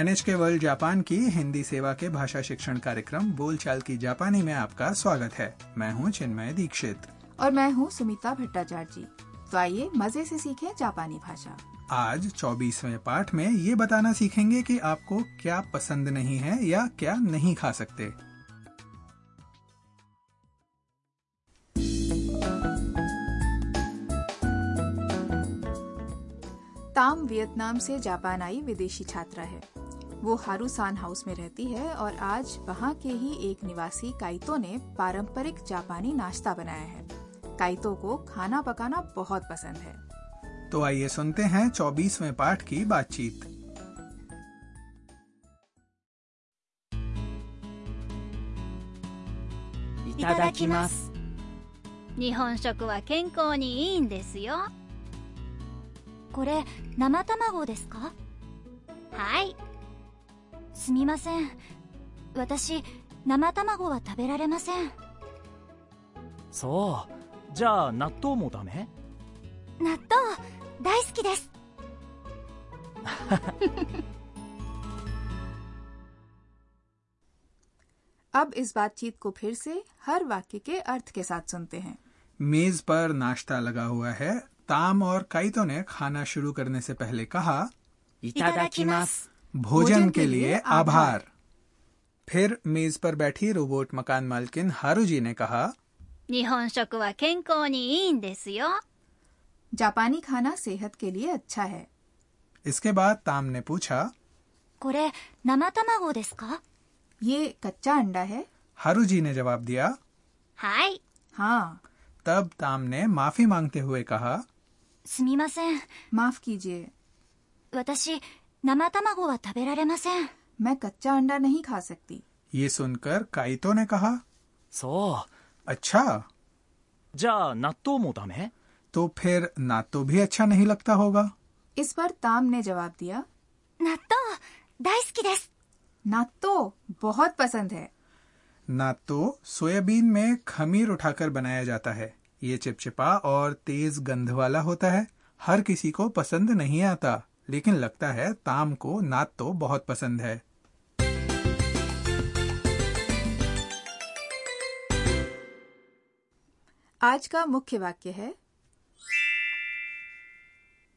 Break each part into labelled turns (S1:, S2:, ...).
S1: NHK world Japan की हिंदी सेवा के भाषा शिक्षण कार्यक्रम बोलचाल की जापानी में आपका स्वागत है मैं हूँ चिन्मय दीक्षित
S2: और मैं हूँ सुमिता भट्टाचार्य जी तो आइए मजे से सीखें जापानी भाषा
S1: आज 24वें पाठ में ये बताना सीखेंगे कि आपको क्या पसंद नहीं है या क्या नहीं खा सकते
S2: ताम वियतनाम से जापान आई विदेशी छात्रा है वो हारूसान हाउस में रहती है और आज वहाँ के ही एक निवासी काइतो ने पारंपरिक जापानी नाश्ता बनाया है काइतो को खाना पकाना बहुत पसंद है
S1: तो आइए सुनते हैं 24वें पाठ की बातचीत
S3: い
S4: ただきます
S3: 日本食は健康にいいんですよ
S4: これ生卵ですか
S3: はい
S4: すみません私生卵は食べられません
S5: そうじゃあ納豆もダメ
S4: 納豆大好きです
S2: अब इस बातचीत को फिर से हर वाक्य के अर्थ के साथ सुनते हैं
S1: मेज पर नाश्ता लगा हुआ है ताम और काइतो ने खाना शुरू करने से पहले कहा
S5: い
S4: ただきます
S1: भोजन के लिए आभार फिर मेज पर बैठी रोबोट मकान मालकिन हारू जी ने कहा
S3: 日本食は健康にいいんですよ
S2: जापानी खाना सेहत के लिए अच्छा है
S1: इसके बाद ताम ने पूछा
S4: これ生卵ですか
S2: ये कच्चा अंडा है
S1: हारू जी ने जवाब दिया
S3: はい
S2: हाँ
S1: तब ताम ने माफी मांगते हुए कहा
S4: すみません
S2: माफ कीजिए
S4: 私生卵は食べられません
S2: मैं कच्चा अंडा नहीं खा सकती
S1: ये सुनकर काइतो ने कहा
S5: そ
S1: अच्छा
S5: うじゃあ納豆もダメ
S1: तो फिर ना तो भी अच्छा नहीं लगता होगा
S2: इस पर ताम ने जवाब दिया
S4: 納豆大好きです
S2: नात्तो तो बहुत पसंद है
S1: ना तो सोयाबीन में खमीर उठाकर बनाया जाता है ये चिपचिपा और तेज गंध वाला होता है हर किसी को पसंद नहीं आता लेकिन लगता है ताम को नात तो बहुत पसंद है
S2: आज का मुख्य वाक्य है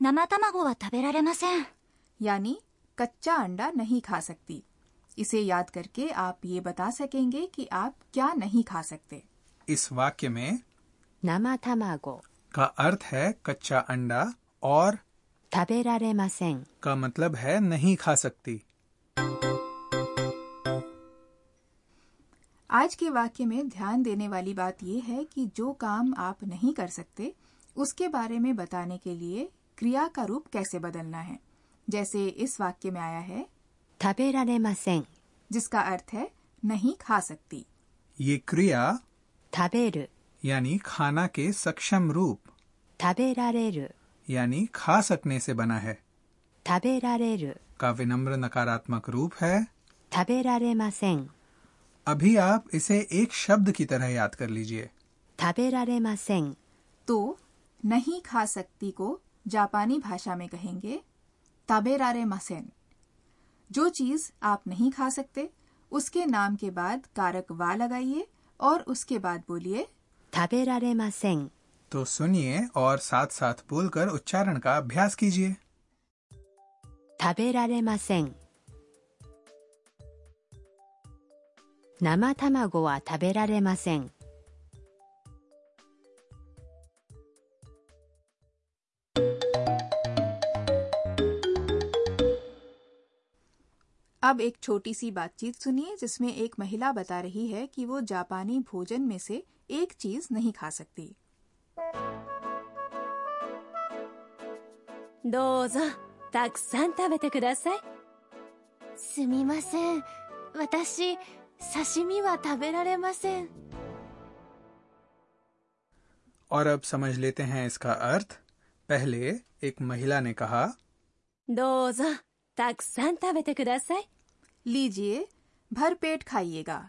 S4: 生卵は食べられません
S2: यानी कच्चा अंडा नहीं खा सकती इसे याद करके आप ये बता सकेंगे कि आप क्या नहीं खा सकते
S1: इस वाक्य में
S6: 生卵
S1: का अर्थ है कच्चा अंडा और
S6: 食べられません
S1: का मतलब है नहीं खा सकती
S2: आज के वाक्य में ध्यान देने वाली बात यह है कि जो काम आप नहीं कर सकते उसके बारे में बताने के लिए क्रिया का रूप कैसे बदलना है जैसे इस वाक्य में आया है
S6: 食べられません
S2: जिसका अर्थ है नहीं खा सकती
S1: ये क्रिया
S6: 食べる
S1: यानी खाना के सक्षम रूप
S6: 食べられる
S1: यानी खा सकने से बना है
S6: 食べられる
S1: का विनम्र नकारात्मक रूप है
S6: 食べられません
S1: अभी आप इसे एक शब्द की तरह याद कर लीजिए
S6: 食べられません
S2: तो नहीं खा सकती को जापानी भाषा में कहेंगे ताबेरारे मसेन जो चीज आप नहीं खा सकते उसके नाम के बाद कारक वा लगाइए और उसके बाद बोलिए
S6: 食べられません
S1: तो सुनिए और साथ साथ बोलकर उच्चारण का अभ्यास कीजिए
S6: 食べられません生卵は食べられません
S2: अब एक छोटी सी बातचीत सुनिए जिसमें एक महिला बता रही है कि वो जापानी भोजन में से एक चीज नहीं खा सकती
S7: どうぞたくさん食べてください
S4: すみません私刺身は食べられません
S1: और अब समझ लेते हैं इसका अर्थ पहले एक महिला ने कहा
S7: どうぞたくさん食べてください
S2: लीजिए भरपेट खाइएगा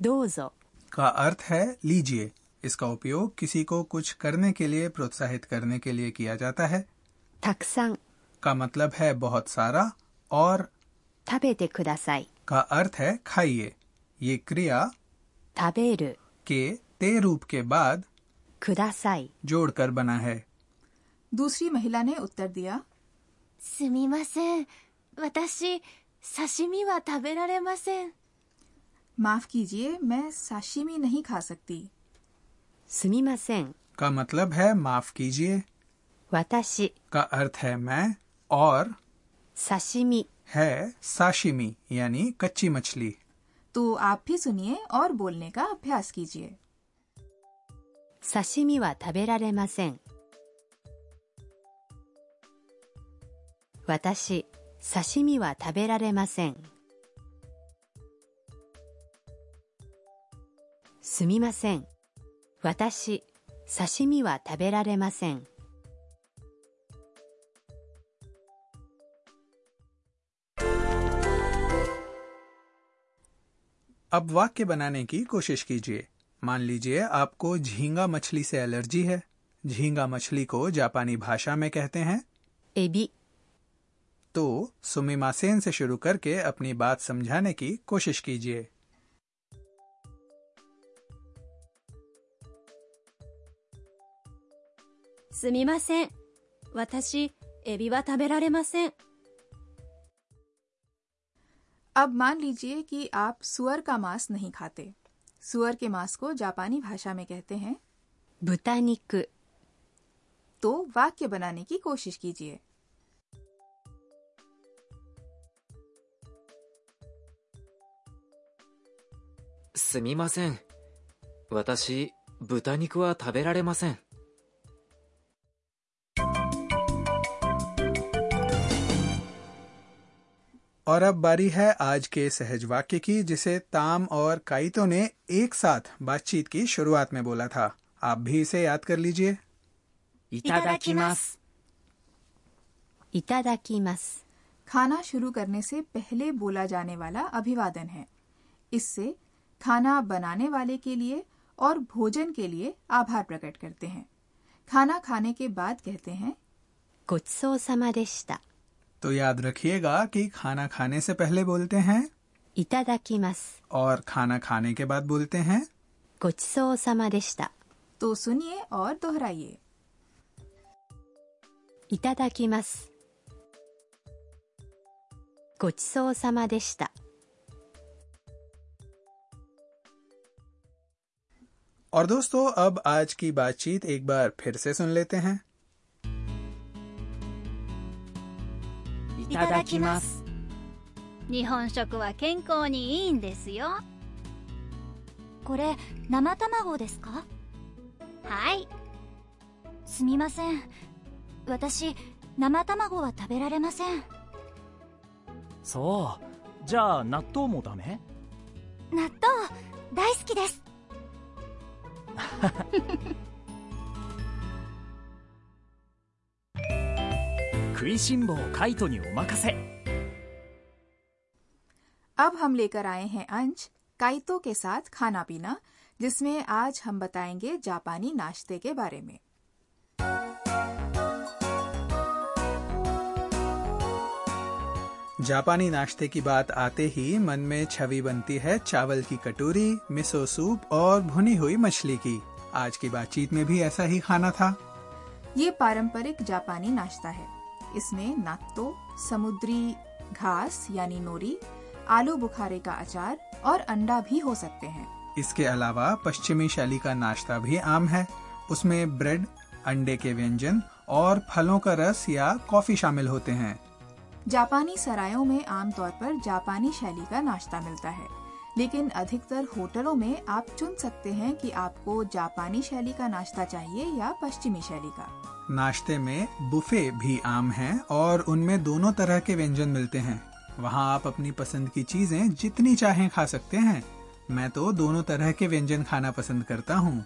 S6: どうぞ
S1: का अर्थ है लीजिए इसका उपयोग किसी को कुछ करने के लिए प्रोत्साहित करने के लिए किया जाता है
S6: たくさん
S1: का मतलब है बहुत सारा और
S6: 食べてください。
S1: का अर्थ है खाइए ये क्रिया
S6: 食べる、
S1: के ते रूप के बाद
S6: ください。
S1: जोड़कर बना है
S2: दूसरी महिला ने उत्तर दिया
S4: すみません私刺身は食べられません
S2: माफ कीजिए मैं साशिमी नहीं खा सकती
S6: すみません。
S1: का मतलब है माफ कीजिए
S6: 私、
S1: का अर्थ है मैं और
S6: 刺身、
S1: है साशिमी यानी कच्ची मछली
S2: तो आप भी सुनिए और बोलने का अभ्यास कीजिए
S6: 刺身は食べられません。私、刺身は食べられません。すみません。私、刺身は食べられません。
S1: अब वाक्य बनाने की कोशिश कीजिए मान लीजिए आपको झींगा मछली से एलर्जी है झींगा मछली को जापानी भाषा में कहते हैं
S6: エビ、
S1: तो सुमिमासेन से शुरू करके अपनी बात समझाने की कोशिश कीजिए
S7: すみません。私、エビは食べられません。
S2: अब मान लीजिए कि आप सुअर का मांस नहीं खाते सुअर के मांस को जापानी भाषा में कहते हैं
S6: 豚肉、
S2: तो वाक्य बनाने की कोशिश कीजिए
S8: すみません。私、豚肉は食べられません。
S1: और अब बारी है आज के सहज वाक्य की जिसे ताम और काइतो ने एक साथ बातचीत की शुरुआत में बोला था आप भी इसे याद कर लीजिए
S8: い
S7: ただきます。
S6: いただきます。
S2: खाना शुरू करने से पहले बोला जाने वाला अभिवादन है इससे खाना बनाने वाले के लिए और भोजन के लिए आभार प्रकट करते हैं खाना खाने के बाद कहते हैं
S6: ごちそうさまでした。
S1: तो याद रखिएगा कि खाना खाने से पहले बोलते हैं
S6: いただきます。
S1: और खाना खाने के बाद बोलते हैं
S6: ごちそうさまでした。
S2: तो सुनिए और दोहराइए
S6: いただきます。ごちそうさまでした。
S1: और दोस्तों अब आज की बातचीत एक बार फिर से सुन लेते हैं
S7: い
S8: い
S7: ただきます。
S3: 日本食は健康にいいんですよ
S4: これ生卵ですか
S3: はい
S4: すみません私生卵は食べられません
S5: そうじゃあ納豆もダメ
S4: 納豆大好きです
S5: 食いしん坊カイトにお任せ
S2: अब हम लेकर आए हैं अंश काइतो के साथ खाना पीना जिसमें आज हम बताएंगे जापानी नाश्ते के बारे में
S1: जापानी नाश्ते की बात आते ही मन में छवि बनती है चावल की कटोरी मिसो सूप और भुनी हुई मछली की आज की बातचीत में भी ऐसा ही खाना था
S2: ये पारंपरिक जापानी नाश्ता है इसमें नात्तो समुद्री घास यानी नोरी आलू बुखारे का अचार और अंडा भी हो सकते हैं
S1: इसके अलावा पश्चिमी शैली का नाश्ता भी आम है उसमें ब्रेड अंडे के व्यंजन और फलों का रस या कॉफी शामिल होते हैं
S2: जापानी सरायों में आमतौर पर जापानी शैली का नाश्ता मिलता है लेकिन अधिकतर होटलों में आप चुन सकते हैं कि आपको जापानी शैली का नाश्ता चाहिए या पश्चिमी शैली का
S1: नाश्ते में बुफे भी आम हैं और उनमें दोनों तरह के व्यंजन मिलते हैं वहाँ आप अपनी पसंद की चीजें जितनी चाहें खा सकते हैं मैं तो दोनों तरह के व्यंजन खाना पसंद करता हूँ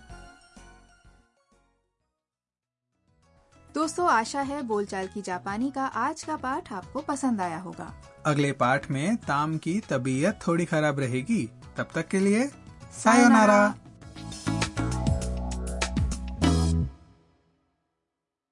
S2: दोस्तों आशा है बोलचाल की जापानी का आज का पाठ आपको पसंद आया होगा
S1: अगले पाठ में ताम की तबीयत थोड़ी खराब रहेगी तब तक के लिए सायोनारा